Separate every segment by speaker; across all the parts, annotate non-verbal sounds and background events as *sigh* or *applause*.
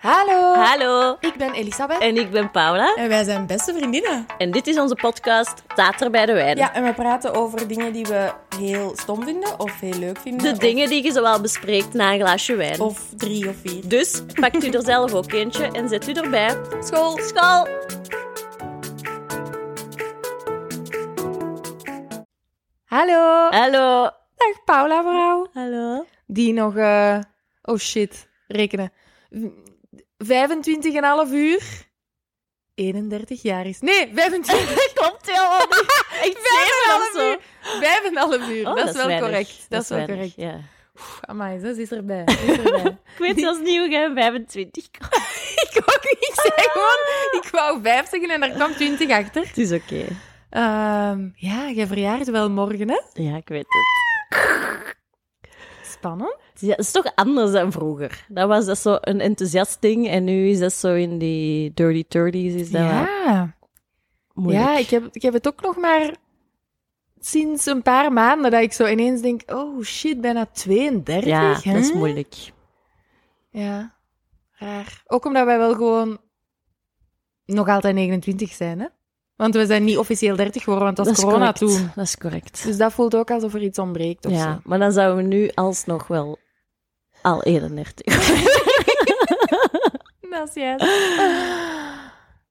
Speaker 1: Hallo.
Speaker 2: Hallo,
Speaker 1: Ik ben Elisabeth.
Speaker 2: en ik ben Paula.
Speaker 1: En wij zijn beste vriendinnen.
Speaker 2: En dit is onze podcast Tater bij de Wijn.
Speaker 1: Ja, en we praten over dingen die we heel stom vinden of heel leuk vinden.
Speaker 2: De
Speaker 1: of-
Speaker 2: dingen die je zowel bespreekt na een glaasje wijn.
Speaker 1: Of drie of vier.
Speaker 2: Dus pakt u er zelf ook eentje en zet u erbij.
Speaker 1: School.
Speaker 2: School!
Speaker 1: Hallo.
Speaker 2: Hallo.
Speaker 1: Dag Paula vrouw.
Speaker 2: Hallo.
Speaker 1: Die nog... eh, oh shit. Rekenen. V- 25,5 uur. 31 jaar is. Nee, 25. *laughs*
Speaker 2: Klopt helemaal niet. Echt zeven of
Speaker 1: 5,5
Speaker 2: zo.
Speaker 1: uur. 5,5 uur.
Speaker 2: Oh,
Speaker 1: dat is wel
Speaker 2: weinig.
Speaker 1: correct. Dat, is wel
Speaker 2: weinig,
Speaker 1: correct.
Speaker 2: Ja.
Speaker 1: Pff, Amai, zo is erbij. Ze *laughs* Is erbij.
Speaker 2: Ik weet zelfs niet hoe jij 25 komt.
Speaker 1: ik ook niet. Ik zei gewoon, ik wou 5 zeggen en daar kwam 20 achter.
Speaker 2: Het is oké.
Speaker 1: Ehm, ja, jij verjaart wel morgen, hè?
Speaker 2: Ja, ik weet het.
Speaker 1: Spannend.
Speaker 2: Ja, het is toch anders dan vroeger. Dat was dat zo een enthousiast ding en nu is dat zo in die dirty 30s. Is dat wel
Speaker 1: Ja,
Speaker 2: moeilijk.
Speaker 1: ja ik, heb, ik heb het ook nog maar sinds een paar maanden dat ik zo ineens denk, oh shit, bijna 32.
Speaker 2: Ja, dat
Speaker 1: hè?
Speaker 2: is moeilijk.
Speaker 1: Ja, raar. Ook omdat wij wel gewoon nog altijd 29 zijn, hè? Want we zijn niet officieel 30 geworden, want dat was corona
Speaker 2: correct.
Speaker 1: toen.
Speaker 2: Dat is correct.
Speaker 1: Dus dat voelt ook alsof er iets ontbreekt of
Speaker 2: ja,
Speaker 1: zo.
Speaker 2: maar dan zouden we nu alsnog wel al 31.
Speaker 1: *laughs* Dat is juist.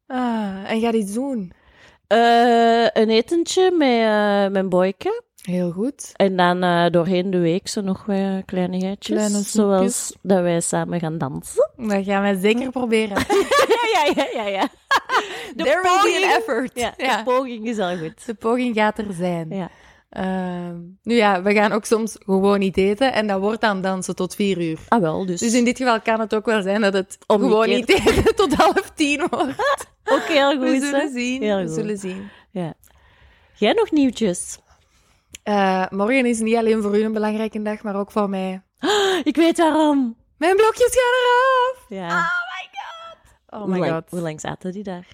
Speaker 1: Ah, en ga dit doen.
Speaker 2: Eh, een etentje met eh, mijn boyke.
Speaker 1: Heel goed.
Speaker 2: En dan eh, doorheen de week zo nog weer kleinigheidjes.
Speaker 1: Kleine snoepjes.
Speaker 2: zoals dat wij samen gaan dansen.
Speaker 1: Dat gaan wij zeker proberen.
Speaker 2: ja, ja, ja, ja. ja. *laughs* De
Speaker 1: There will be an effort.
Speaker 2: Ja,
Speaker 1: Ja.
Speaker 2: de poging is al goed.
Speaker 1: De poging gaat er zijn.
Speaker 2: Ja.
Speaker 1: Ehm, nu ja, we gaan ook soms gewoon niet eten en dat wordt dan dansen tot vier uur.
Speaker 2: Ah wel, dus.
Speaker 1: Dus in *laughs* dit geval kan het ook wel zijn dat het
Speaker 2: Omgekeerd.
Speaker 1: gewoon niet eten *laughs* tot half tien wordt.
Speaker 2: Ook heel goed.
Speaker 1: We
Speaker 2: hè?
Speaker 1: zullen zien.
Speaker 2: Heel
Speaker 1: We
Speaker 2: goed.
Speaker 1: zullen zien.
Speaker 2: Ja. Jij nog nieuwtjes?
Speaker 1: Eh, morgen is niet alleen voor u een belangrijke dag, maar ook voor mij.
Speaker 2: Ik weet waarom.
Speaker 1: Mijn blokjes gaan eraf!
Speaker 2: Ja.
Speaker 1: Oh
Speaker 2: Hoe
Speaker 1: my
Speaker 2: lang-
Speaker 1: god.
Speaker 2: Hoe lang zaten die daar?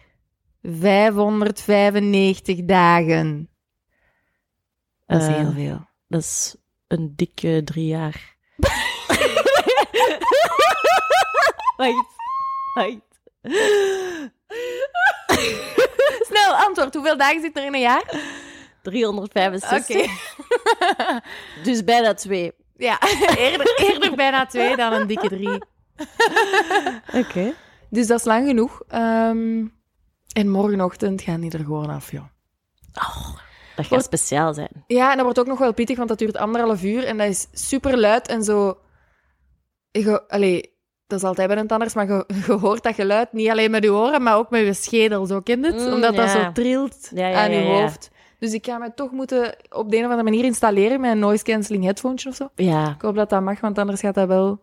Speaker 1: 595 dagen. Dat is
Speaker 2: Eh,
Speaker 1: heel veel.
Speaker 2: Dat is een dikke drie jaar. Wacht. Wacht.
Speaker 1: Eh. Snel, antwoord. Hoeveel dagen zit er in een jaar?
Speaker 2: 365. Dus bijna twee.
Speaker 1: ja, *laughs* eerder, eerder bijna twee dan een dikke drie.
Speaker 2: Oké.
Speaker 1: Dus dat is lang genoeg. Ehm, en morgenochtend gaan die er gewoon af, joh.
Speaker 2: Dat gaat
Speaker 1: Wordt-
Speaker 2: speciaal zijn.
Speaker 1: Ja, en dat wordt ook nog wel pittig, want dat duurt anderhalf uur. En dat is super luid en zo... Je, allee, dat is altijd bij een anders, maar je, *laughs* je hoort dat geluid niet alleen met je oren, maar ook met je schedel, zo kent het.
Speaker 2: Mm,
Speaker 1: Omdat dat
Speaker 2: ja.
Speaker 1: zo trilt
Speaker 2: Ja, ja,
Speaker 1: aan je
Speaker 2: ja, ja.
Speaker 1: hoofd. Dus ik ga me toch moeten op de een of andere manier installeren met een noise-canceling headphone of zo.
Speaker 2: Ja.
Speaker 1: Ik hoop dat dat mag, want anders gaat dat wel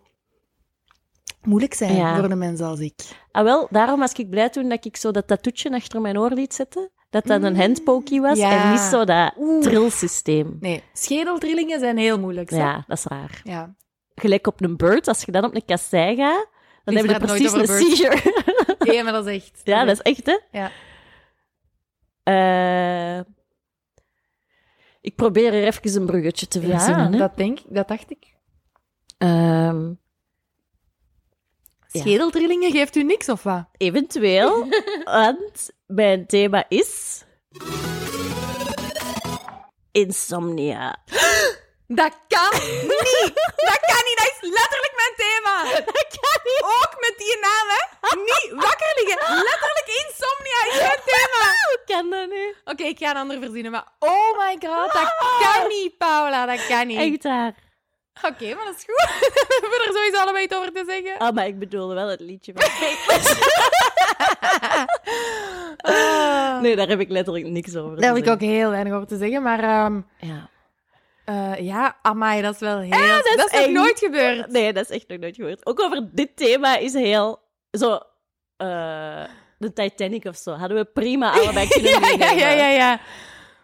Speaker 1: moeilijk zijn
Speaker 2: Ja.
Speaker 1: voor een mens als ik.
Speaker 2: Ah, wel, daarom was ik blij toen dat ik zo dat tattoetje achter mijn oor liet zetten. Dat dat een
Speaker 1: Mm.
Speaker 2: handpokey was
Speaker 1: Ja.
Speaker 2: en niet zo dat
Speaker 1: Oeh.
Speaker 2: trilsysteem.
Speaker 1: Nee, schedeltrillingen zijn heel moeilijk. zeg.
Speaker 2: Ja, dat is raar.
Speaker 1: *laughs* ja.
Speaker 2: Gelijk op een bird, als je dan op een kassei gaat, dan
Speaker 1: Lies
Speaker 2: hebben we
Speaker 1: praat
Speaker 2: precies
Speaker 1: nooit
Speaker 2: een
Speaker 1: over birds.
Speaker 2: seizure.
Speaker 1: Nee, maar dat is echt.
Speaker 2: Ja, dat is echt, hè?
Speaker 1: Ja.
Speaker 2: Eh, ik probeer er even een bruggetje te
Speaker 1: Ja,
Speaker 2: verzinnen. hè.
Speaker 1: dat denk ik, dat dacht ik.
Speaker 2: Ehm, Ja.
Speaker 1: Schedeltrillingen geeft u niks of wat? *laughs*
Speaker 2: eventueel, want mijn thema is... Insomnia.
Speaker 1: Dat *laughs* kan niet! Dat kan niet, dat is letterlijk mijn thema! Dat kan niet! Ook met die naam, hè? Niet wakker liggen! Letterlijk insomnia is mijn thema!
Speaker 2: Hoe kan dat nu?
Speaker 1: Oké, ik ga een ander verzinnen, maar oh my god, dat kan niet, Paula, dat kan niet.
Speaker 2: Echt waar.
Speaker 1: Oké, maar dat is goed. *laughs* We hebben er sowieso allebei iets over te zeggen.
Speaker 2: Ah, maar ik bedoelde wel het liedje
Speaker 1: *laughs*
Speaker 2: van
Speaker 1: Ah.
Speaker 2: Nee, daar heb ik letterlijk niks over. te
Speaker 1: Daar heb ik ook
Speaker 2: zeggen.
Speaker 1: heel weinig over te zeggen, maar ehm,
Speaker 2: Ja.
Speaker 1: eh, ja, amai, Eh, dat is wel heel...
Speaker 2: dat is
Speaker 1: nog
Speaker 2: eng.
Speaker 1: nooit gebeurd.
Speaker 2: Nee, dat is echt nog nooit gehoord. Ook over dit thema is heel... Zo... eh, de Titanic of zo. Hadden we prima allebei
Speaker 1: *laughs*
Speaker 2: kunnen
Speaker 1: ja, *laughs* ja,
Speaker 2: meenemen.
Speaker 1: ja, ja, ja.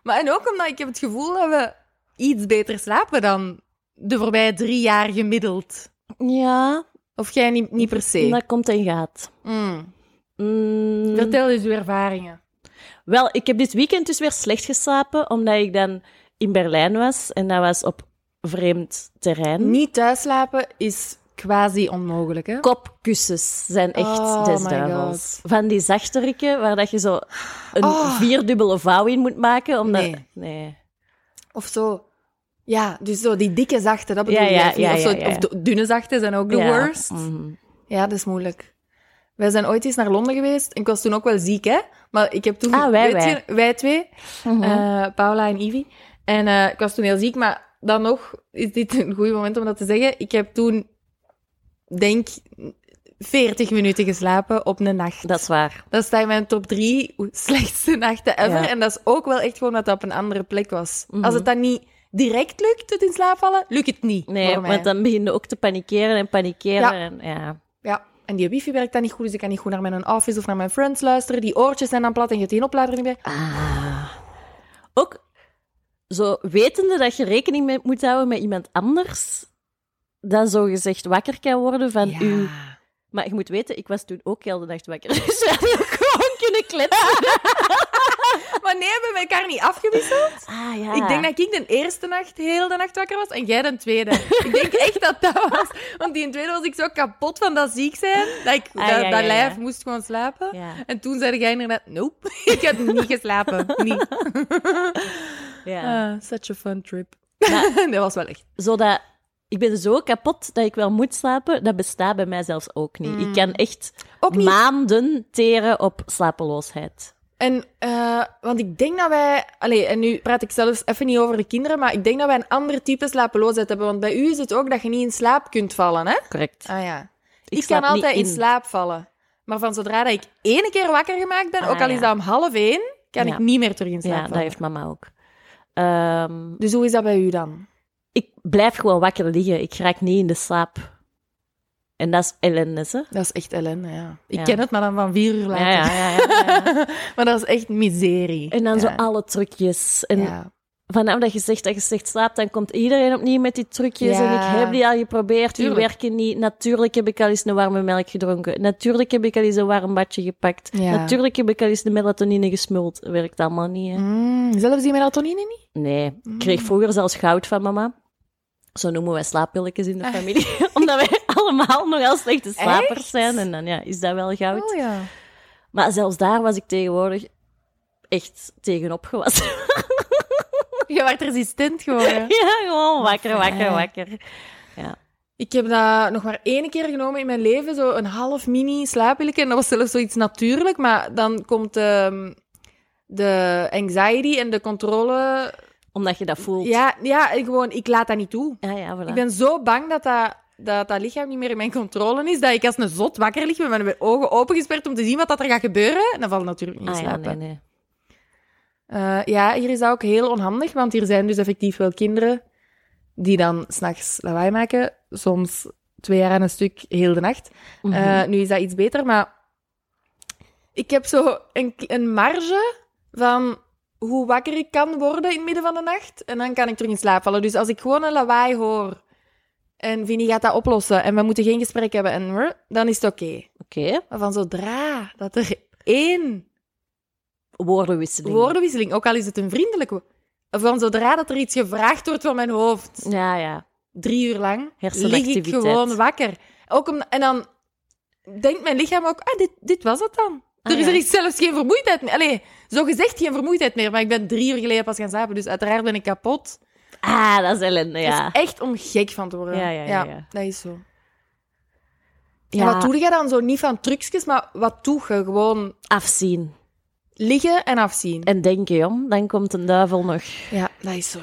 Speaker 1: Maar en ook omdat ik heb het gevoel dat we iets beter slapen dan de voorbije drie jaar gemiddeld.
Speaker 2: Ja,
Speaker 1: Of jij niet, niet per se.
Speaker 2: dat komt en gaat.
Speaker 1: Mm.
Speaker 2: Mm,
Speaker 1: Vertel eens uw ervaringen.
Speaker 2: Wel, ik heb dit weekend dus weer slecht geslapen, omdat ik dan in Berlijn was en dat was op vreemd terrein.
Speaker 1: Niet thuis slapen is quasi onmogelijk, hè?
Speaker 2: Kopkussens zijn echt
Speaker 1: Oh
Speaker 2: des
Speaker 1: my
Speaker 2: duivels.
Speaker 1: God.
Speaker 2: Van die zachterikken, waar dat je zo een
Speaker 1: Oh.
Speaker 2: vierdubbele vouw in moet maken. Omdat...
Speaker 1: Nee.
Speaker 2: nee.
Speaker 1: Of zo. Ja, dus zo die dikke zachte, dat bedoel
Speaker 2: Ja,
Speaker 1: je
Speaker 2: ja,
Speaker 1: of niet?
Speaker 2: ja,
Speaker 1: of, zo,
Speaker 2: ja, ja.
Speaker 1: of de dunne zachte zijn ook de
Speaker 2: Ja,
Speaker 1: worst.
Speaker 2: mhm.
Speaker 1: Ja, dat is moeilijk. Wij zijn ooit eens naar Londen geweest. En ik was toen ook wel ziek, hè? Maar ik heb toen...
Speaker 2: Ah, wij,
Speaker 1: weet
Speaker 2: wij.
Speaker 1: je, wij twee.
Speaker 2: Mhm.
Speaker 1: eh, Paula en Ivy. En eh, ik was toen heel ziek, maar dan nog is dit een goed moment om dat te zeggen. Ik heb toen, denk 40 minuten geslapen op een nacht.
Speaker 2: Dat is waar.
Speaker 1: Dat staat in mijn top drie slechtste nachten ever.
Speaker 2: Ja.
Speaker 1: En dat is ook wel echt gewoon dat dat op een andere plek was.
Speaker 2: Mhm.
Speaker 1: Als het dan niet direct lukt, het in slaap vallen, lukt het niet
Speaker 2: Nee,
Speaker 1: voor mij.
Speaker 2: want dan begin je ook te panikeren en panikeren.
Speaker 1: Ja.
Speaker 2: En, ja.
Speaker 1: Ja, en die wifi werkt dan niet goed, dus ik kan niet goed naar mijn office of naar mijn friends luisteren. Die oortjes zijn dan plat en je hebt geen oplader niet meer.
Speaker 2: Ah. Ook zo wetende dat je rekening mee moet houden met iemand anders, dat zo gezegd wakker kan worden van
Speaker 1: Ja.
Speaker 2: uw... Maar je moet weten, ik was toen ook heel de nacht wakker. *laughs* Dus we hadden ook gewoon kunnen kletsen.
Speaker 1: Maar nee, hebben we elkaar niet afgewisseld?
Speaker 2: Ah, ja.
Speaker 1: Ik denk dat ik de eerste nacht heel de nacht wakker was en jij de tweede. ik denk echt dat dat was. Want die tweede was ik zo kapot van dat ziek zijn, dat, ik,
Speaker 2: Ah,
Speaker 1: dat,
Speaker 2: ja,
Speaker 1: dat
Speaker 2: ja,
Speaker 1: lijf
Speaker 2: ja.
Speaker 1: moest gewoon slapen.
Speaker 2: Ja.
Speaker 1: En toen zei jij inderdaad, nope, *laughs* ik heb niet geslapen. Niet.
Speaker 2: ja.
Speaker 1: Ah, such a fun trip.
Speaker 2: Maar-
Speaker 1: *laughs* dat was wel echt.
Speaker 2: Zodat... Ik ben zo kapot dat ik wel moet slapen. Dat bestaat bij mij zelfs ook niet. Ik kan echt
Speaker 1: Ook niet.
Speaker 2: maanden teren op slapeloosheid.
Speaker 1: En, eh, want ik denk dat wij... Allee, en nu praat ik zelfs even niet over de kinderen, maar ik denk dat wij een ander type slapeloosheid hebben. Want bij u is het ook dat je niet in slaap kunt vallen, hè?
Speaker 2: Correct.
Speaker 1: Ah ja.
Speaker 2: Ik
Speaker 1: Ik,
Speaker 2: slaap
Speaker 1: kan
Speaker 2: niet
Speaker 1: altijd in.
Speaker 2: in.
Speaker 1: slaap vallen. Maar van zodra dat ik één keer wakker gemaakt ben,
Speaker 2: Ah,
Speaker 1: ook al
Speaker 2: ja.
Speaker 1: is dat om half één, kan
Speaker 2: Ja.
Speaker 1: ik niet meer terug in slaap
Speaker 2: Ja, dat
Speaker 1: vallen.
Speaker 2: heeft mama ook. Ehm,
Speaker 1: Dus hoe is dat bij u dan?
Speaker 2: ik blijf gewoon wakker liggen. Ik raak niet in de slaap. En dat is ellende, hè?
Speaker 1: Dat is echt ellende, ja. Ik
Speaker 2: Ja.
Speaker 1: ken het, maar dan van vier uur later.
Speaker 2: Ja,
Speaker 1: *laughs*
Speaker 2: ja, ja, ja, ja.
Speaker 1: maar dat is echt miserie.
Speaker 2: En dan zo
Speaker 1: ja.
Speaker 2: alle trucjes. En
Speaker 1: Ja.
Speaker 2: vanaf dat je zegt dat je slecht slaapt, dan komt iedereen opnieuw met die trucjes.
Speaker 1: Ja.
Speaker 2: En ik heb die al geprobeerd, die
Speaker 1: Tuurlijk.
Speaker 2: werken niet. Natuurlijk heb ik al eens een warme melk gedronken. Natuurlijk heb ik al eens een warm badje gepakt.
Speaker 1: Ja.
Speaker 2: Natuurlijk heb ik al eens de melatonine gesmuld. Werkt allemaal niet, hè?
Speaker 1: Mm, zelfs die melatonine niet?
Speaker 2: Nee, ik kreeg
Speaker 1: Mm.
Speaker 2: vroeger zelfs goud van mama. Zo noemen wij slaappilletjes in de familie. *laughs* Omdat wij allemaal nogal slechte slapers
Speaker 1: Ah. Echt?
Speaker 2: zijn. En dan ja, is dat wel goud.
Speaker 1: Oh ja.
Speaker 2: Maar zelfs daar was ik tegenwoordig echt tegenop gewassen. *laughs*
Speaker 1: Je werd resistent geworden.
Speaker 2: ja, gewoon wakker, wakker,
Speaker 1: Fijn.
Speaker 2: wakker.
Speaker 1: Ik heb dat nog maar één keer genomen in mijn leven, zo een half mini slaappilletje. En dat was zelfs zoiets natuurlijk, maar dan komt ehm, de anxiety en de controle.
Speaker 2: Omdat je dat voelt.
Speaker 1: Ja, ja, en gewoon, ik laat dat niet toe.
Speaker 2: ja, ja voilà.
Speaker 1: Ik ben zo bang dat dat, dat dat lichaam niet meer in mijn controle is, dat ik als een zot wakker lig met mijn ogen opengesperd om te zien wat dat er gaat gebeuren. En dan val ik natuurlijk niet in
Speaker 2: ah, ja,
Speaker 1: slaap.
Speaker 2: nee, nee.
Speaker 1: Eh, ja, hier is dat ook heel onhandig, want hier zijn dus effectief wel kinderen die dan s'nachts lawaai maken. Soms twee jaar aan een stuk, heel de nacht.
Speaker 2: Mhm.
Speaker 1: Eh, nu is dat iets beter, maar ik heb zo een, een marge van hoe wakker ik kan worden in het midden van de nacht. En dan kan ik terug in slaap vallen. Dus als ik gewoon een lawaai hoor en Vinnie gaat dat oplossen en we moeten geen gesprek hebben, en, brr, dan is het oké.
Speaker 2: Oké,
Speaker 1: Maar van zodra dat er één
Speaker 2: woordenwisseling.
Speaker 1: woordenwisseling, ook al is het een vriendelijke. wo- Van zodra dat er iets gevraagd wordt van mijn hoofd,
Speaker 2: Ja, ja.
Speaker 1: drie uur lang, lig
Speaker 2: Hersenactiviteit.
Speaker 1: ik gewoon wakker. Ook om, en dan denkt mijn lichaam ook, ah, dit, dit was het dan.
Speaker 2: Ah,
Speaker 1: er is
Speaker 2: ja.
Speaker 1: er is zelfs geen vermoeidheid meer. Allee, zo gezegd geen vermoeidheid meer, maar ik ben drie uur geleden pas gaan slapen, dus uiteraard ben ik kapot.
Speaker 2: Ah, dat is ellende,
Speaker 1: Dat
Speaker 2: ja.
Speaker 1: is echt om gek van te worden.
Speaker 2: Ja, ja, ja, ja.
Speaker 1: dat is zo.
Speaker 2: ja.
Speaker 1: En wat doe je dan zo? Niet van trucjes, maar wat doe je? Gewoon
Speaker 2: Afzien.
Speaker 1: liggen en afzien.
Speaker 2: En denken, jong. Dan komt een duivel nog.
Speaker 1: Ja, dat is zo.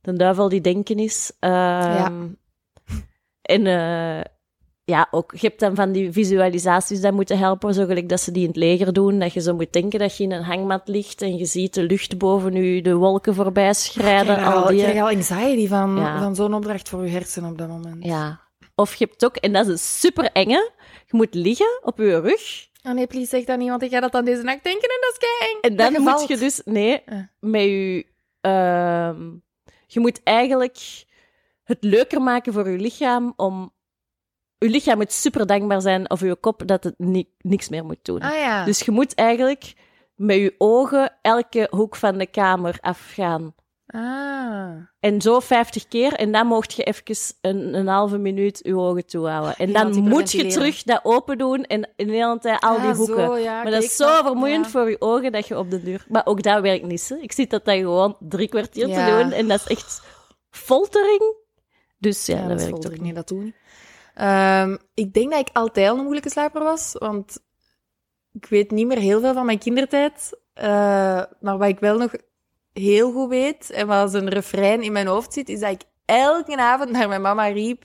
Speaker 2: De duivel die denken is. Ehm, En eh, ja, ook, je hebt dan van die visualisaties dat moeten helpen, zo gelijk dat ze die in het leger doen. Dat je zo moet denken dat je in een hangmat ligt en je ziet de lucht boven je, de wolken voorbij schrijden.
Speaker 1: Ik krijg
Speaker 2: al
Speaker 1: al, ik
Speaker 2: die,
Speaker 1: krijg al anxiety van,
Speaker 2: Ja.
Speaker 1: van zo'n opdracht voor je hersenen op dat moment.
Speaker 2: ja. Of je hebt ook, en dat is een super enge, je moet liggen op je rug.
Speaker 1: Oh nee, please, zeg dat niet, want ik ga dat aan deze nacht denken en dat is kei
Speaker 2: En dan moet je dus, nee,
Speaker 1: Ah.
Speaker 2: met je, ehm, je moet eigenlijk het leuker maken voor je lichaam om, je lichaam moet super dankbaar zijn of je kop dat het ni- niks meer moet doen.
Speaker 1: Ah ja.
Speaker 2: Dus je moet eigenlijk met je ogen elke hoek van de kamer afgaan.
Speaker 1: Ah.
Speaker 2: En zo 50 keer. En dan mocht je even een, een halve minuut je ogen toehouden. En
Speaker 1: Je gaat
Speaker 2: dan
Speaker 1: die
Speaker 2: moet je
Speaker 1: hyperventileren.
Speaker 2: terug dat open doen en in de hele tijd al die
Speaker 1: Ah,
Speaker 2: hoeken.
Speaker 1: zo, ja,
Speaker 2: maar dat is
Speaker 1: kijk,
Speaker 2: zo
Speaker 1: dat-
Speaker 2: vermoeiend
Speaker 1: ja.
Speaker 2: voor je ogen dat je op de duur. Maar ook dat werkt niet. Hè. Ik zit dat dan gewoon drie kwartier
Speaker 1: Ja.
Speaker 2: te doen. En dat is echt foltering. Dus ja,
Speaker 1: Ja,
Speaker 2: dat,
Speaker 1: dat
Speaker 2: werkt
Speaker 1: voelde
Speaker 2: ook
Speaker 1: ik
Speaker 2: niet.
Speaker 1: niet, dat doe ik niet. Ehm, ik denk dat ik altijd al een moeilijke slaper was, want ik weet niet meer heel veel van mijn kindertijd. Eh, maar wat ik wel nog heel goed weet, en wat als een refrein in mijn hoofd zit, is dat ik elke avond naar mijn mama riep,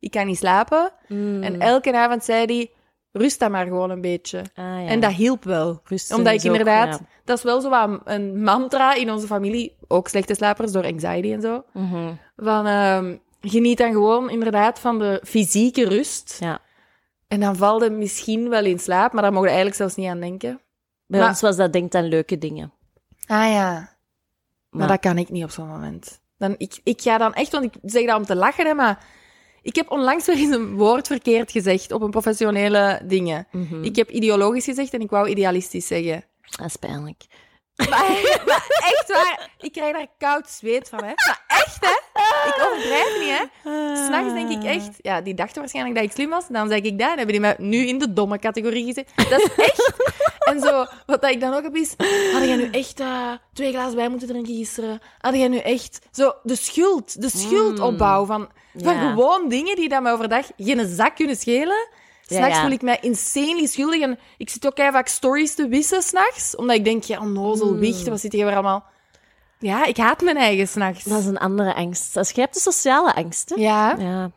Speaker 1: ik kan niet slapen.
Speaker 2: Mm.
Speaker 1: En elke avond zei die, rust dan maar gewoon een beetje.
Speaker 2: Ah, ja.
Speaker 1: En dat hielp wel.
Speaker 2: Rusten
Speaker 1: Omdat ik
Speaker 2: is ook,
Speaker 1: inderdaad...
Speaker 2: ja.
Speaker 1: Dat is wel zo wat een- een mantra in onze familie. Ook slechte slapers door anxiety en zo.
Speaker 2: Mhm.
Speaker 1: Van, ehm, geniet dan gewoon inderdaad van de fysieke rust.
Speaker 2: Ja.
Speaker 1: En dan valt het misschien wel in slaap, maar daar mogen we eigenlijk zelfs niet aan denken.
Speaker 2: Bij
Speaker 1: Maar-
Speaker 2: ons was dat denkt aan leuke dingen.
Speaker 1: Ah ja. Maar,
Speaker 2: Maar-
Speaker 1: dat kan ik niet op zo'n moment. Dan, ik, ik ga dan echt, want ik zeg dat om te lachen, hè, maar ik heb onlangs weer eens een woord verkeerd gezegd op een professionele dingen.
Speaker 2: Mhm.
Speaker 1: Ik heb ideologisch gezegd en ik wou idealistisch zeggen.
Speaker 2: Dat is pijnlijk.
Speaker 1: Maar, maar echt waar, ik krijg daar koud zweet van, hè. Maar echt, hè. Ik overdrijf niet, hè. S'nachts denk ik echt, ja, die dachten waarschijnlijk dat ik slim was. Dan zeg ik dat en hebben die mij nu in de domme categorie gezet. Dat is echt. en zo, wat dat ik dan ook heb is, had jij nu echt eh, twee glazen wijn moeten drinken gisteren? Had jij nu echt zo de schuld, de schuldopbouw van, van
Speaker 2: Ja.
Speaker 1: gewoon dingen die dat me overdag geen zak kunnen schelen?
Speaker 2: Ja,
Speaker 1: S'nachts
Speaker 2: ja.
Speaker 1: voel ik mij insanely schuldig en ik zit ook heel vaak stories te wissen s'nachts, omdat ik denk, ja, onnozel, wicht, wat zit hier weer allemaal? Ja, ik haat mijn eigen s'nachts.
Speaker 2: Dat is een andere angst. Dat is- jij hebt de sociale angst, hè?
Speaker 1: Ja.
Speaker 2: Ja.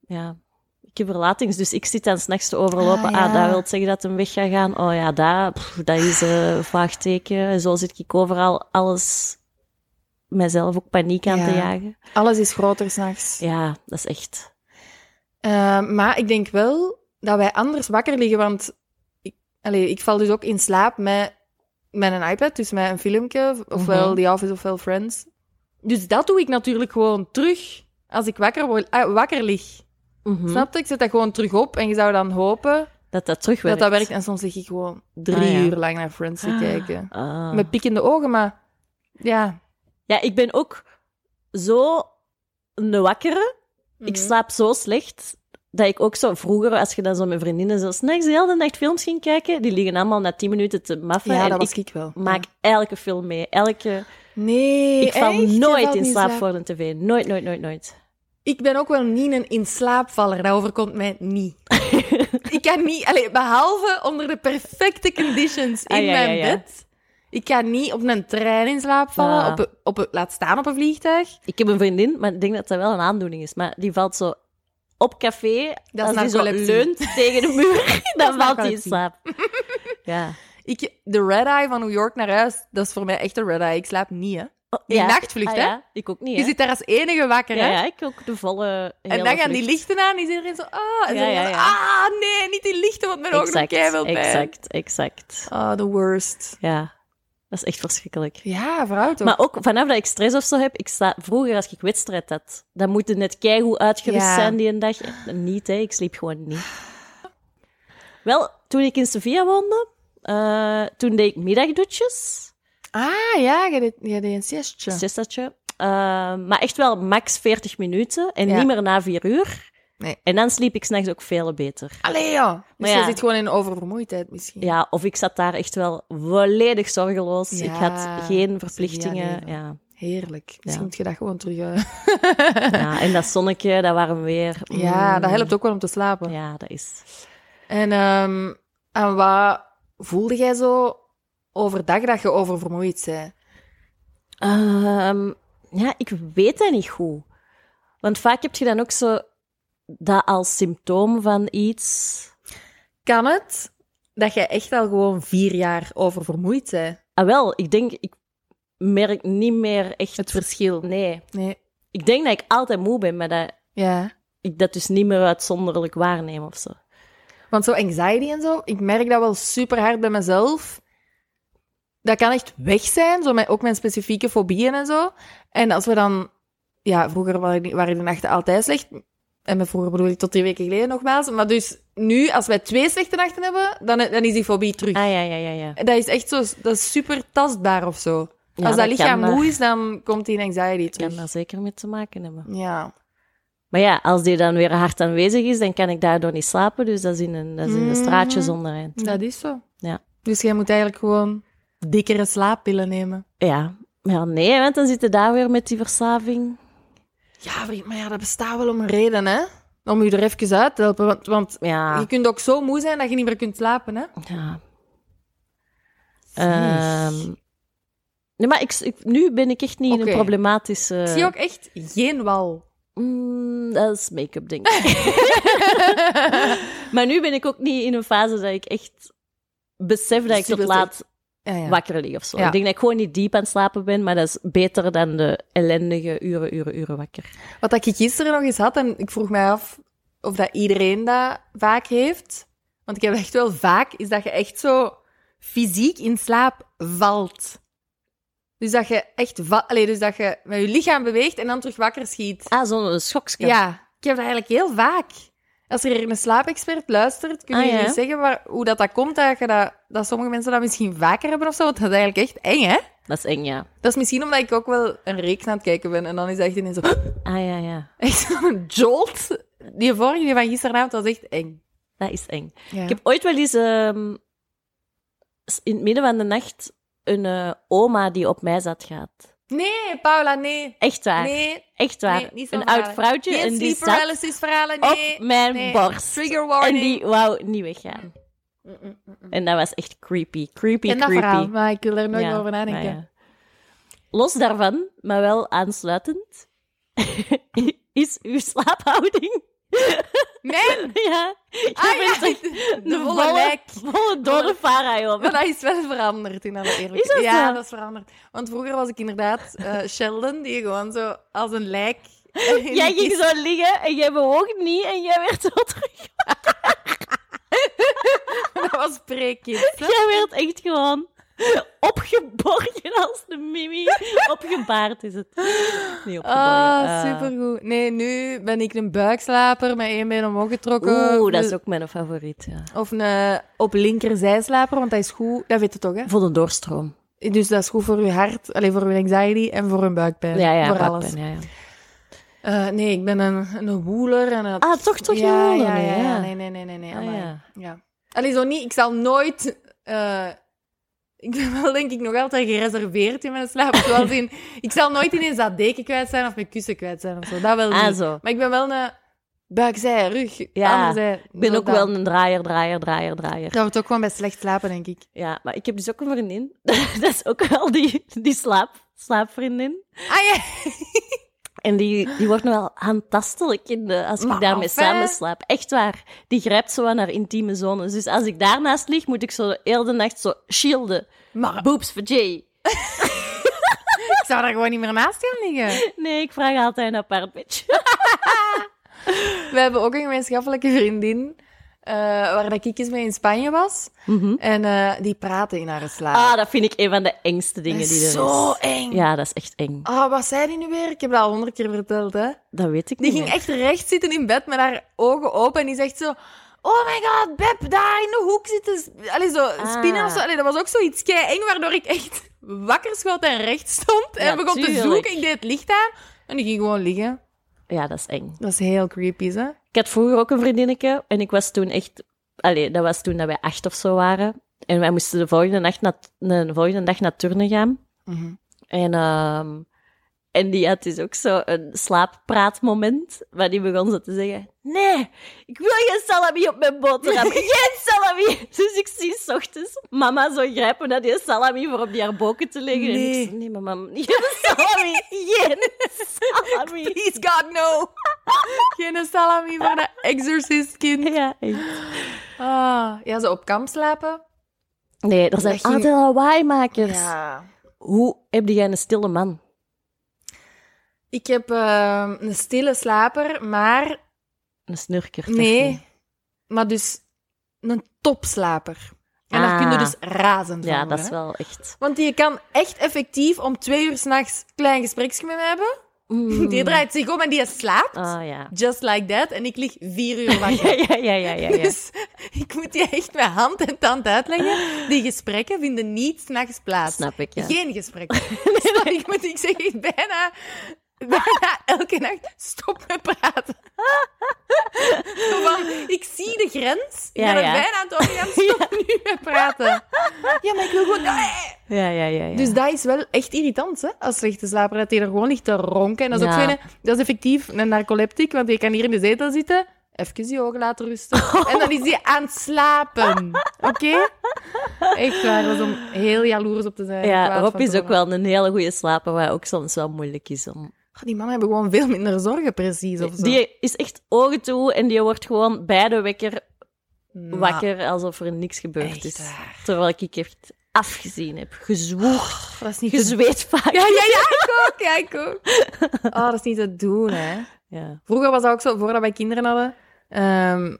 Speaker 2: Ja. Ik heb verlatings, dus ik zit dan s'nachts te overlopen. Ah,
Speaker 1: Ah, ja.
Speaker 2: dat wil zeggen dat hem weg gaat gaan. Oh ja, dat, pff, dat is eh, een vraagteken. Zo zit ik overal alles mijzelf ook paniek aan te
Speaker 1: Ja.
Speaker 2: jagen.
Speaker 1: Alles is groter s'nachts.
Speaker 2: Ja, dat is echt...
Speaker 1: Eh, maar ik denk wel dat wij anders wakker liggen, want ik, allee, ik val dus ook in slaap met, met een iPad, dus met een filmpje, ofwel
Speaker 2: Mhm.
Speaker 1: The Office ofwel Friends. Dus dat doe ik natuurlijk gewoon terug als ik wakker, word, ah, wakker lig.
Speaker 2: Mhm.
Speaker 1: Snap je? Ik zet dat gewoon terug op en je zou dan hopen
Speaker 2: Dat dat terugwerkt.
Speaker 1: dat dat werkt. En soms lig ik gewoon drie
Speaker 2: Ah, ja.
Speaker 1: uur lang naar Friends te kijken.
Speaker 2: Ah.
Speaker 1: Met piekende ogen, maar ja.
Speaker 2: Ja, ik ben ook zo een wakkere.
Speaker 1: Mhm.
Speaker 2: Ik slaap zo slecht dat ik ook zo vroeger, als je dan zo met vriendinnen zo s'nachts de hele nacht films ging kijken, die liggen allemaal na tien minuten te maffen.
Speaker 1: Ja,
Speaker 2: en
Speaker 1: dat was
Speaker 2: ik
Speaker 1: ik, wel.
Speaker 2: maak elke film mee. Elke...
Speaker 1: Nee,
Speaker 2: Ik val
Speaker 1: echt? Je
Speaker 2: nooit
Speaker 1: valt
Speaker 2: in
Speaker 1: niet
Speaker 2: slaap voor een tv. Nooit, nooit, nooit, nooit.
Speaker 1: Ik ben ook wel niet een inslaapvaller. Dat overkomt mij
Speaker 2: *laughs*
Speaker 1: niet. ik kan niet, allee, behalve onder de perfecte conditions in
Speaker 2: Ah, ja, ja,
Speaker 1: mijn
Speaker 2: ja.
Speaker 1: bed. Ik kan niet op een trein in slaap vallen,
Speaker 2: Ah.
Speaker 1: op, een- op, een- laat staan op een vliegtuig.
Speaker 2: Ik heb een vriendin, maar ik denk dat dat wel een aandoening is. Maar die valt zo op café,
Speaker 1: Dat is
Speaker 2: als die zo
Speaker 1: narcolepsie. *laughs*
Speaker 2: leunt tegen de muur, dan valt die in
Speaker 1: narcolepsie.
Speaker 2: slaap. Ja.
Speaker 1: Ik, de red eye van New York naar huis, dat is voor mij echt een red eye. Ik slaap niet, hè. Die
Speaker 2: Ja.
Speaker 1: nachtvlucht,
Speaker 2: Ah,
Speaker 1: hè?
Speaker 2: ja. Ik ook niet,
Speaker 1: Je
Speaker 2: hè?
Speaker 1: zit daar als enige wakker,
Speaker 2: Ja,
Speaker 1: hè.
Speaker 2: ja, ik ook de volle
Speaker 1: En dan gaan die lichten aan, is iedereen zo, ah, en
Speaker 2: Ja,
Speaker 1: zo,
Speaker 2: ja, ja.
Speaker 1: ah, nee, niet die lichten, want mijn ogen doen
Speaker 2: Exact,
Speaker 1: keiveel pijn.
Speaker 2: exact, exact.
Speaker 1: Ah, the worst.
Speaker 2: Ja, dat is echt verschrikkelijk.
Speaker 1: Ja, vooruit toch.
Speaker 2: Maar ook vanaf dat ik stress of zo heb, ik sta vroeger als ik wedstrijd had, dan moet het net keigoed uitgerust
Speaker 1: Ja.
Speaker 2: zijn die een dag. Niet, hè. Ik sliep gewoon niet. Wel, toen ik in Sevilla woonde, eh, toen deed ik middagdutjes.
Speaker 1: Ah, ja, je deed, je deed een siestje.
Speaker 2: Sistertje. Eh, maar echt wel max 40 minuten en
Speaker 1: Ja.
Speaker 2: niet meer na vier uur.
Speaker 1: Nee.
Speaker 2: En dan sliep ik s'nachts ook veel beter.
Speaker 1: Allee, joh. Dus
Speaker 2: Maar
Speaker 1: je
Speaker 2: ja.
Speaker 1: zit gewoon in oververmoeidheid misschien.
Speaker 2: Ja, of ik zat daar echt wel volledig zorgeloos.
Speaker 1: Ja,
Speaker 2: ik had geen verplichtingen.
Speaker 1: leven.
Speaker 2: Ja.
Speaker 1: Heerlijk. Misschien
Speaker 2: Ja.
Speaker 1: moet je dat gewoon terug... eh,
Speaker 2: *laughs* ja, en dat zonnetje, dat warm weer. Mm.
Speaker 1: Ja, dat helpt ook wel om te slapen.
Speaker 2: Ja, dat is.
Speaker 1: En, ehm, en wat voelde jij zo overdag dat je oververmoeid bent?
Speaker 2: Ehm, ja, ik weet dat niet goed. Want vaak heb je dan ook zo dat als symptoom van iets.
Speaker 1: Kan het dat jij echt al gewoon vier jaar oververmoeid bent?
Speaker 2: Ah, wel, ik denk, ik merk niet meer echt.
Speaker 1: Het verschil.
Speaker 2: Nee.
Speaker 1: Nee.
Speaker 2: Ik denk dat ik altijd moe ben, maar dat
Speaker 1: Ja.
Speaker 2: ik dat dus niet meer uitzonderlijk waarneem of zo.
Speaker 1: Want zo anxiety en zo, ik merk dat wel super hard bij mezelf. Dat kan echt weg zijn, zo met, ook mijn specifieke fobieën en zo. En als we dan... Ja, vroeger waren, die- waren de nachten altijd slecht. En met vroeger bedoel ik tot drie weken geleden nogmaals. Maar dus nu, als wij twee slechte nachten hebben, dan, dan is die fobie terug.
Speaker 2: Ah ja, ja, ja, ja.
Speaker 1: Dat is echt zo... Dat is super tastbaar of zo.
Speaker 2: Ja,
Speaker 1: Als dat, lichaam
Speaker 2: kan daar-
Speaker 1: moe is, dus. dan komt die anxiety
Speaker 2: kan daar
Speaker 1: terug.
Speaker 2: zeker mee te maken hebben.
Speaker 1: Ja.
Speaker 2: Maar ja, als die dan weer hard aanwezig is, dan kan ik daardoor niet slapen. Dus dat is in een, dat is in een straatje
Speaker 1: Mhm.
Speaker 2: zonder eind.
Speaker 1: Dat is zo.
Speaker 2: Ja.
Speaker 1: Dus jij moet eigenlijk gewoon dikkere slaappillen nemen.
Speaker 2: Ja. ja, nee, want dan zitten daar weer met die verslaving.
Speaker 1: Ja, vriend, maar ja, dat bestaat wel om een reden, hè? Om u er even uit te helpen. Want, want
Speaker 2: Ja.
Speaker 1: je kunt ook zo moe zijn dat je niet meer kunt slapen, hè?
Speaker 2: ja. Ehm, nee, maar ik, ik- nu ben ik echt niet in
Speaker 1: Oké.
Speaker 2: een problematische...
Speaker 1: Ik zie ook echt geen wal.
Speaker 2: Mm, dat is
Speaker 1: *laughs*
Speaker 2: make-up, denk ik. maar nu ben ik ook niet in een fase dat ik echt besef *laughs* dat ik tot
Speaker 1: Super
Speaker 2: laat
Speaker 1: Ja, ja.
Speaker 2: wakker lig of zo.
Speaker 1: Ja.
Speaker 2: Ik denk dat ik gewoon niet diep aan het slapen ben, maar dat is beter dan de ellendige uren, uren, uren wakker.
Speaker 1: Wat ik gisteren nog eens had, en ik vroeg mij af of dat iedereen dat vaak heeft. Want ik heb echt wel vaak, is dat je echt zo fysiek in slaap valt. Dus dat je echt va- Allee, dus dat je met je lichaam beweegt en dan terug wakker schiet.
Speaker 2: Ah, zo'n schokskat.
Speaker 1: Ja, ik heb dat eigenlijk heel vaak. Als er hier een slaapexpert luistert, kun je
Speaker 2: Ah, ja?
Speaker 1: eens zeggen waar, hoe dat, dat komt, dat, je dat, dat sommige mensen dat misschien vaker hebben of zo. Want dat is eigenlijk echt eng, hè?
Speaker 2: Dat is eng, ja.
Speaker 1: Dat is misschien omdat ik ook wel een reeks aan het kijken ben. En dan is dat echt ineens zo... *laughs*
Speaker 2: Ah, ja, ja.
Speaker 1: Echt zo'n jolt. Die vorige die van gisteravond was echt eng.
Speaker 2: Dat is eng.
Speaker 1: Ja.
Speaker 2: Ik heb ooit wel eens ehm, s- in het midden van de nacht een eh, oma die op mij zat gaat.
Speaker 1: Nee, Paula, nee.
Speaker 2: Echt waar.
Speaker 1: Nee.
Speaker 2: Echt waar.
Speaker 1: Nee, niet zo'n
Speaker 2: een oud
Speaker 1: verhaal.
Speaker 2: vrouwtje en
Speaker 1: Geen
Speaker 2: die
Speaker 1: sleep
Speaker 2: zat
Speaker 1: paralysis verhalen,
Speaker 2: op
Speaker 1: nee.
Speaker 2: mijn
Speaker 1: nee.
Speaker 2: borst.
Speaker 1: Trigger warning. Mm,
Speaker 2: En die wou niet weggaan. En dat was echt creepy. Creepy,
Speaker 1: En dat
Speaker 2: creepy.
Speaker 1: verhaal, maar ik wil er nooit
Speaker 2: Ja,
Speaker 1: meer over nadenken.
Speaker 2: maar ja. Los daarvan, maar wel aansluitend, *laughs* is uw slaaphouding. *laughs*
Speaker 1: Nee,
Speaker 2: ja, *laughs* je
Speaker 1: Ah, ja,
Speaker 2: bent
Speaker 1: *laughs*
Speaker 2: echt
Speaker 1: de
Speaker 2: een
Speaker 1: volle lijk.
Speaker 2: *laughs*
Speaker 1: *laughs*
Speaker 2: volle dode farao.
Speaker 1: maar dat is wel veranderd, in alle eerlijkheid.
Speaker 2: Is dat
Speaker 1: ja,
Speaker 2: zo?
Speaker 1: dat is veranderd. Want vroeger was ik inderdaad eh, Sheldon, die gewoon zo als een
Speaker 2: *laughs*
Speaker 1: lijk...
Speaker 2: Jij ging zo liggen en jij bewoog niet en jij werd zo terug.
Speaker 1: Dat *laughs* was
Speaker 2: *laughs*
Speaker 1: pre-kids. hè.
Speaker 2: Jij werd echt gewoon opgeborgen als de mimi. Opgebaard is het. Niet opgeborgen.
Speaker 1: Ah,
Speaker 2: eh.
Speaker 1: supergoed. Nee, nu ben ik een buikslaper met één been omhoog getrokken.
Speaker 2: Oeh, dat
Speaker 1: Dus-
Speaker 2: is ook mijn favoriet. Ja.
Speaker 1: Of een eh, op linkerzijslaper, want dat is goed. Dat weet je toch, hè?
Speaker 2: Voor de doorstroom.
Speaker 1: Dus dat is goed voor je hart, alleen voor je anxiety en voor een buikpijn.
Speaker 2: Ja, ja,
Speaker 1: voor
Speaker 2: buikpijn,
Speaker 1: alles.
Speaker 2: ja, ja.
Speaker 1: Eh, nee, ik ben een, een woeler en een...
Speaker 2: Ah, toch, toch
Speaker 1: ja,
Speaker 2: een woeler,
Speaker 1: ja,
Speaker 2: nee,
Speaker 1: ja,
Speaker 2: ja.
Speaker 1: Nee, nee, nee, nee, nee.
Speaker 2: Ah,
Speaker 1: amai. ja.
Speaker 2: ja.
Speaker 1: Allee, zo niet. Ik zal nooit... eh, ik *laughs* ben wel, denk ik, nog altijd gereserveerd in mijn slaap. Zoals in,
Speaker 2: *laughs*
Speaker 1: ik zal nooit ineens dat deken kwijt zijn of mijn kussen kwijt zijn of zo. Dat wel niet.
Speaker 2: Ah, zo.
Speaker 1: Maar ik ben wel een buikzij, rug, eh,
Speaker 2: Ja,
Speaker 1: anderzij.
Speaker 2: Ik ben ook wel een draaier, draaier, draaier, draaier.
Speaker 1: Dat wordt ook gewoon bij slecht slapen, denk ik.
Speaker 2: Ja, maar ik heb dus ook een vriendin. *laughs* dat is ook wel die, die slaap, slaapvriendin.
Speaker 1: Ah, ja.
Speaker 2: En die, die wordt nog wel aantastelijk in de, als ik
Speaker 1: Maar
Speaker 2: daarmee
Speaker 1: enfin.
Speaker 2: samen slaap. Echt waar. Die grijpt zo aan haar intieme zones. Dus als ik daarnaast lig, moet ik zo de hele nacht zo shielden.
Speaker 1: Maar
Speaker 2: Boobs for Jay.
Speaker 1: ik zou daar gewoon niet meer naast gaan liggen.
Speaker 2: *laughs* Nee, ik vraag altijd een apart bedje.
Speaker 1: *laughs* We hebben ook een gemeenschappelijke vriendin, eh, waar dat ik eens mee in Spanje was. En eh, die praten in haar slaap.
Speaker 2: Mhm. Ah, dat vind ik een van de engste dingen
Speaker 1: dat
Speaker 2: die
Speaker 1: is
Speaker 2: er is.
Speaker 1: zo eng.
Speaker 2: Ja, dat is echt eng.
Speaker 1: Ah, wat zei die nu weer? Ik heb dat al honderd keer verteld, hè.
Speaker 2: Dat weet ik
Speaker 1: Die
Speaker 2: niet.
Speaker 1: ging echt recht zitten in bed met haar ogen open en die zegt zo... Oh my god, Beb, daar in de hoek zitten... sp- Allee, zo
Speaker 2: Ah.
Speaker 1: spinnen of zo. Allee, dat was ook zoiets kei eng, waardoor ik echt *laughs* wakker schoot en recht stond. En
Speaker 2: Ja,
Speaker 1: begon te
Speaker 2: tuurlijk.
Speaker 1: zoeken. Ik deed het licht aan en die ging gewoon liggen.
Speaker 2: meer. Ja, dat is eng.
Speaker 1: Dat is heel creepy, hè?
Speaker 2: Ik had vroeger ook een vriendinnetje en ik was toen echt... Allee, dat was toen dat wij acht of zo waren. En wij moesten de volgende, nacht na, de volgende dag naar turnen gaan. Mhm. En, ehm, en die had dus ook zo een slaappraatmoment, waar die begon zo te zeggen... Nee, ik wil geen salami op mijn boterham. Geen salami! Dus ik zie 's ochtends mama zo grijpen naar die salami voor op die haar boken te leggen. En
Speaker 1: Nee.
Speaker 2: ik zei, nee mama, geen *laughs* salami! Geen salami!
Speaker 1: Please God, no. *laughs* Geen salami voor dat exorcist kind.
Speaker 2: Ja, echt.
Speaker 1: Ah, ja, ze op kamp slapen.
Speaker 2: Nee, er zijn
Speaker 1: Echt niet-
Speaker 2: altijd lawaaimakers.
Speaker 1: Ja.
Speaker 2: Hoe heb jij een stille man?
Speaker 1: Ik heb eh, een stille slaper, maar...
Speaker 2: Een snurker? toch niet?
Speaker 1: Nee. Maar dus een topslaper. En daar
Speaker 2: Ah.
Speaker 1: kun je dus razend van
Speaker 2: Ja, dat
Speaker 1: worden,
Speaker 2: is
Speaker 1: hè.
Speaker 2: *laughs* wel echt.
Speaker 1: Want je kan echt effectief om twee uur s'nachts klein gespreksje met me hebben. *laughs*
Speaker 2: Mm.
Speaker 1: Die draait zich om en die slaapt.
Speaker 2: Ah ja.
Speaker 1: Just like that. En ik lig vier uur wakker.
Speaker 2: *laughs* Ja, ja, ja, ja, ja. ja.
Speaker 1: Dus *laughs* ik moet je echt met hand en tand uitleggen. Die gesprekken vinden niet s'nachts plaats.
Speaker 2: Snap ik, ja.
Speaker 1: Geen *laughs* gesprekken. Snap ik, moet, ik zeg echt bijna, bijna elke nacht stop met *laughs* praten. Zo van, ik zie de grens. Ik
Speaker 2: Ja,
Speaker 1: ben er
Speaker 2: ja.
Speaker 1: bijna aan het *laughs* overgaan. Stop nu met praten. *laughs* Ja, maar ik wil gewoon...
Speaker 2: Ja, ja, ja, ja.
Speaker 1: Dus dat is wel echt irritant, hè? Als slechte slaper, dat hij er gewoon ligt te ronken. En dat is ook
Speaker 2: Ja.
Speaker 1: zo'n, hè, dat is effectief een narcoleptiek, want je kan hier in de zetel zitten, even je ogen laten rusten. En dan is *laughs* hij aan het slapen. Oké? Echt waar, dat is om heel jaloers op te zijn.
Speaker 2: ja,
Speaker 1: kwaad
Speaker 2: Rob
Speaker 1: van
Speaker 2: is
Speaker 1: te
Speaker 2: ook
Speaker 1: worden.
Speaker 2: wel een hele goede slaper, wat ook soms wel moeilijk is om...
Speaker 1: Goh, die mannen hebben gewoon veel minder zorgen, precies. Of zo.
Speaker 2: Die is echt ogen toe en die wordt gewoon bij de wekker
Speaker 1: Nou,
Speaker 2: wakker, alsof er niks gebeurd
Speaker 1: echt
Speaker 2: is.
Speaker 1: waar.
Speaker 2: Terwijl ik echt afgezien heb, gezwoegd,
Speaker 1: oh, Dat is niet te
Speaker 2: gezweet vaak.
Speaker 1: *laughs* Ja, ja, ja, ik ook. Ja, ik ook. Oh, dat is niet te doen, hè?
Speaker 2: Ja.
Speaker 1: Vroeger was dat ook zo, voordat wij kinderen hadden, ehm,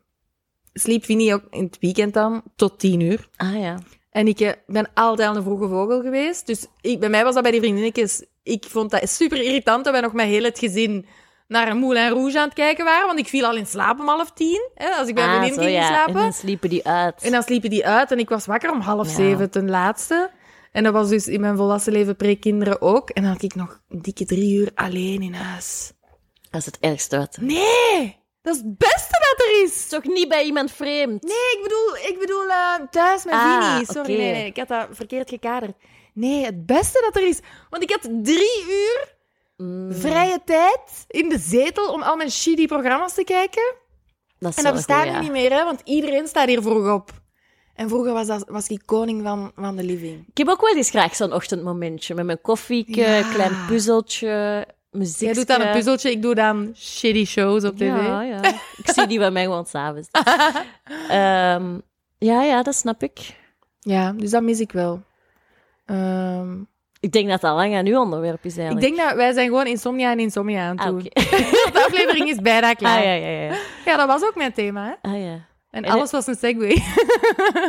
Speaker 1: sliep Winnie ook in het weekend dan tot tien uur.
Speaker 2: Ah ja.
Speaker 1: En ik eh, ben altijd al een vroege vogel geweest. Dus ik, bij mij was dat bij die vriendinnetjes... Ik vond dat super irritant dat wij nog met heel het gezin naar Moulin Rouge aan het kijken waren. Want ik viel al in slaap om half tien. Hè, als ik bij
Speaker 2: Ah,
Speaker 1: mijn
Speaker 2: zo,
Speaker 1: vriendin ging
Speaker 2: ja.
Speaker 1: slapen.
Speaker 2: En dan sliepen die uit.
Speaker 1: En dan sliepen die uit en ik was wakker om half
Speaker 2: Ja.
Speaker 1: zeven, ten laatste. En dat was dus in mijn volwassen leven pre-kinderen ook. En dan had ik nog een dikke drie uur alleen in huis.
Speaker 2: Dat is het ergste wat. Het
Speaker 1: Nee, dat is het beste dat er is.
Speaker 2: is toch niet bij iemand vreemd?
Speaker 1: Nee, ik bedoel, ik bedoel eh, thuis met
Speaker 2: Ah,
Speaker 1: Winnie. Sorry,
Speaker 2: oké.
Speaker 1: nee, nee, ik had dat verkeerd gekaderd. Nee, het beste dat er is. Want ik had drie uur
Speaker 2: Mm,
Speaker 1: vrije tijd in de zetel om al mijn shitty programma's te kijken.
Speaker 2: dat is
Speaker 1: En dat
Speaker 2: wel
Speaker 1: bestaat
Speaker 2: goed,
Speaker 1: nu
Speaker 2: ja.
Speaker 1: niet meer, hè, want iedereen staat hier vroeg op. En vroeger was, dat, was ik koning van, van de living.
Speaker 2: Ik heb ook wel eens graag zo'n ochtendmomentje met mijn koffieke,
Speaker 1: Ja.
Speaker 2: klein puzzeltje, muziek.
Speaker 1: Jij doet dan een puzzeltje, ik doe dan shitty shows op tv.
Speaker 2: Ja, ja. Ik zie die bij mij gewoon
Speaker 1: *laughs*
Speaker 2: s'avonds. Ehm ja, ja, dat snap ik.
Speaker 1: Ja, dus dat mis ik wel. Ehm,
Speaker 2: Ik denk dat dat lang aan uw onderwerp is
Speaker 1: ik
Speaker 2: eigenlijk.
Speaker 1: denk dat wij zijn gewoon insomnia en insomnia aan het
Speaker 2: Ah,
Speaker 1: doen.
Speaker 2: oké.
Speaker 1: Want de aflevering is *laughs* bijna klaar.
Speaker 2: Ah, ja,
Speaker 1: ja.
Speaker 2: ja, ja.
Speaker 1: dat was ook mijn thema. Hè?
Speaker 2: Ah, ja.
Speaker 1: En
Speaker 2: En-
Speaker 1: alles was een segue.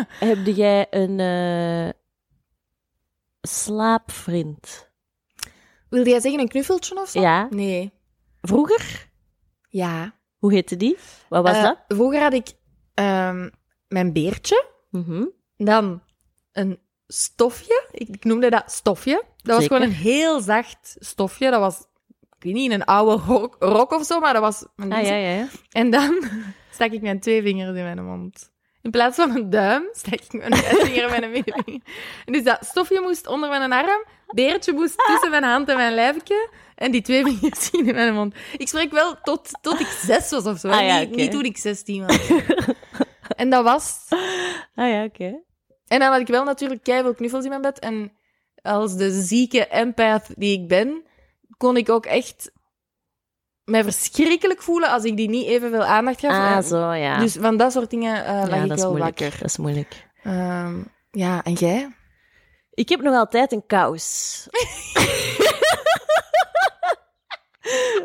Speaker 2: Heb jij een eh, slaapvriend?
Speaker 1: *laughs* Wilde jij zeggen een knuffeltje of zo?
Speaker 2: Ja.
Speaker 1: Nee.
Speaker 2: Vroeger?
Speaker 1: Ja.
Speaker 2: Hoe heette die? Wat was
Speaker 1: Eh,
Speaker 2: dat?
Speaker 1: Vroeger had ik ehm, mijn beertje.
Speaker 2: Mhm.
Speaker 1: Dan een stofje. Ik, ik noemde dat stofje. Dat was
Speaker 2: Zeker.
Speaker 1: gewoon een heel zacht stofje. Dat was, ik weet niet, een oude rok, rok of zo, maar dat was... Een
Speaker 2: Ah, ja, ja, ja.
Speaker 1: En dan *laughs* stak ik mijn twee vingers in mijn mond. In plaats van een duim stak ik mijn wijsvinger en mijn
Speaker 2: *laughs*
Speaker 1: middelvinger. En dus dat stofje moest onder mijn arm, beertje moest tussen mijn hand en mijn lijfje en die twee vingers *laughs* gingen in mijn mond. Ik spreek wel tot, tot ik zes was of zo. hè.
Speaker 2: Ah ja,
Speaker 1: niet,
Speaker 2: oké.
Speaker 1: niet toen ik zestien was. en dat was...
Speaker 2: Ah, ja, oké.
Speaker 1: En dan had ik wel natuurlijk keiveel knuffels in mijn bed. En als de zieke empath die ik ben, kon ik ook echt mij verschrikkelijk voelen als ik die niet evenveel aandacht gaf.
Speaker 2: Ah,
Speaker 1: En-
Speaker 2: zo, ja.
Speaker 1: dus van dat soort dingen eh lag
Speaker 2: ja,
Speaker 1: ik
Speaker 2: dat is
Speaker 1: wel
Speaker 2: moeilijk.
Speaker 1: wakker.
Speaker 2: Dat is moeilijk.
Speaker 1: Ehm, ja, en jij?
Speaker 2: Ik heb nog altijd een
Speaker 1: *laughs*
Speaker 2: kous. *laughs*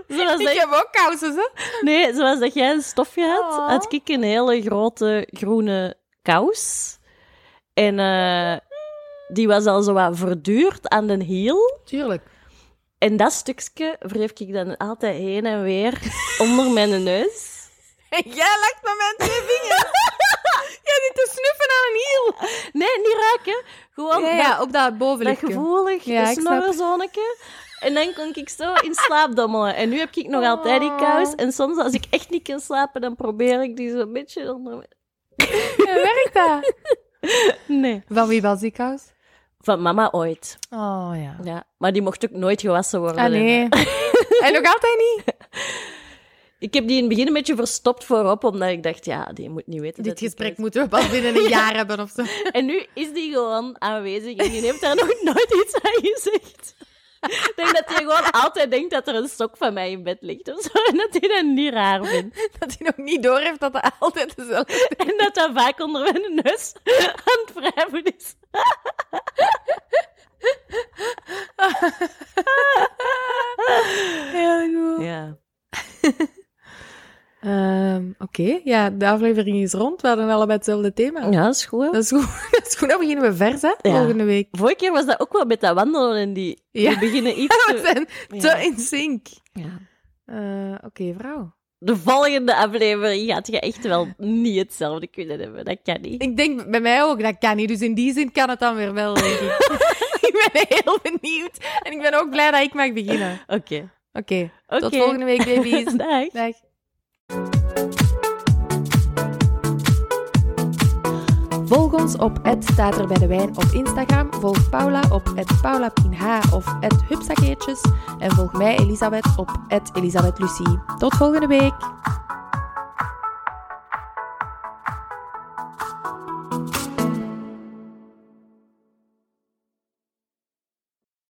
Speaker 2: zoals dat,
Speaker 1: heb ook kousen, hè?
Speaker 2: nee, zoals dat jij een stofje had,
Speaker 1: Aw.
Speaker 2: had ik een hele grote groene kous. En eh, die was al zo wat verduurd aan de hiel.
Speaker 1: Tuurlijk.
Speaker 2: En dat stukje wreef ik dan altijd heen en
Speaker 1: *laughs*
Speaker 2: weer onder mijn neus.
Speaker 1: En jij lakt met mijn twee *laughs* vingers. jij zit te snuffen aan een hiel.
Speaker 2: Nee, niet raken. Gewoon
Speaker 1: Ja,
Speaker 2: dat-
Speaker 1: ja, op dat
Speaker 2: dat
Speaker 1: bovenlichtje.
Speaker 2: gevoelig
Speaker 1: Ja,
Speaker 2: ja,
Speaker 1: ik snap.
Speaker 2: snorrezonnetje. En dan kon ik zo in slaap dommelen. En nu heb ik nog altijd
Speaker 1: Oh.
Speaker 2: die kous. En soms als ik echt niet kan slapen, dan probeer ik die zo'n beetje onder...
Speaker 1: Ja, werkt dat?
Speaker 2: Nee.
Speaker 1: *laughs* Van wie was die kous?
Speaker 2: Van mama ooit.
Speaker 1: Oh, ja.
Speaker 2: Ja. Maar die mocht ook nooit gewassen worden.
Speaker 1: Ah, nee. *laughs* en nog altijd niet.
Speaker 2: Ik heb die in het begin een beetje verstopt voorop, omdat ik dacht, ja, die moet niet weten dat
Speaker 1: Dit
Speaker 2: die
Speaker 1: gesprek
Speaker 2: kous-
Speaker 1: moeten we pas binnen *laughs* een jaar hebben of zo.
Speaker 2: En nu is die gewoon aanwezig en die heeft daar nog *laughs* nooit iets aan gezegd. Ik denk dat hij gewoon altijd denkt dat er een sok van mij in bed ligt of zo. En dat hij dat niet raar vindt.
Speaker 1: Dat hij nog niet door heeft dat dat altijd dezelfde is.
Speaker 2: En dat dat vaak onder mijn neus *laughs* aan het wrijven is.
Speaker 1: Heel goed.
Speaker 2: Ja.
Speaker 1: Ehm, Oké, ja, de aflevering is rond. We hadden allebei hetzelfde thema.
Speaker 2: Ja, dat is goed. hè?
Speaker 1: Dat is goed. *laughs* Dat is goed. Dan beginnen we vers, hè?
Speaker 2: Ja.
Speaker 1: Volgende week.
Speaker 2: Vorige keer was dat ook wel met dat wandelen en die
Speaker 1: Ja. eh,
Speaker 2: we beginnen iets
Speaker 1: *laughs* We
Speaker 2: te...
Speaker 1: zijn
Speaker 2: Ja.
Speaker 1: te in sync.
Speaker 2: Ja.
Speaker 1: Eh, Oké, vrouw.
Speaker 2: De volgende aflevering gaat je echt wel niet hetzelfde kunnen hebben. Dat kan niet.
Speaker 1: Ik denk bij mij ook, dat kan niet. Dus in die zin kan het dan weer wel, denk ik. *laughs* ik ben heel benieuwd. En ik ben ook blij dat ik mag beginnen. Oké,
Speaker 2: Oké.
Speaker 1: tot
Speaker 2: Oké. *laughs*
Speaker 1: volgende week, baby's.
Speaker 2: Dag.
Speaker 1: Dag. Volg ons op het staat er bij de wijn op Instagram. Volg Paula op het paulapinh of het hupsakeertjes. En volg mij, Elisabeth, op het Elisabeth Lucie. Tot volgende week.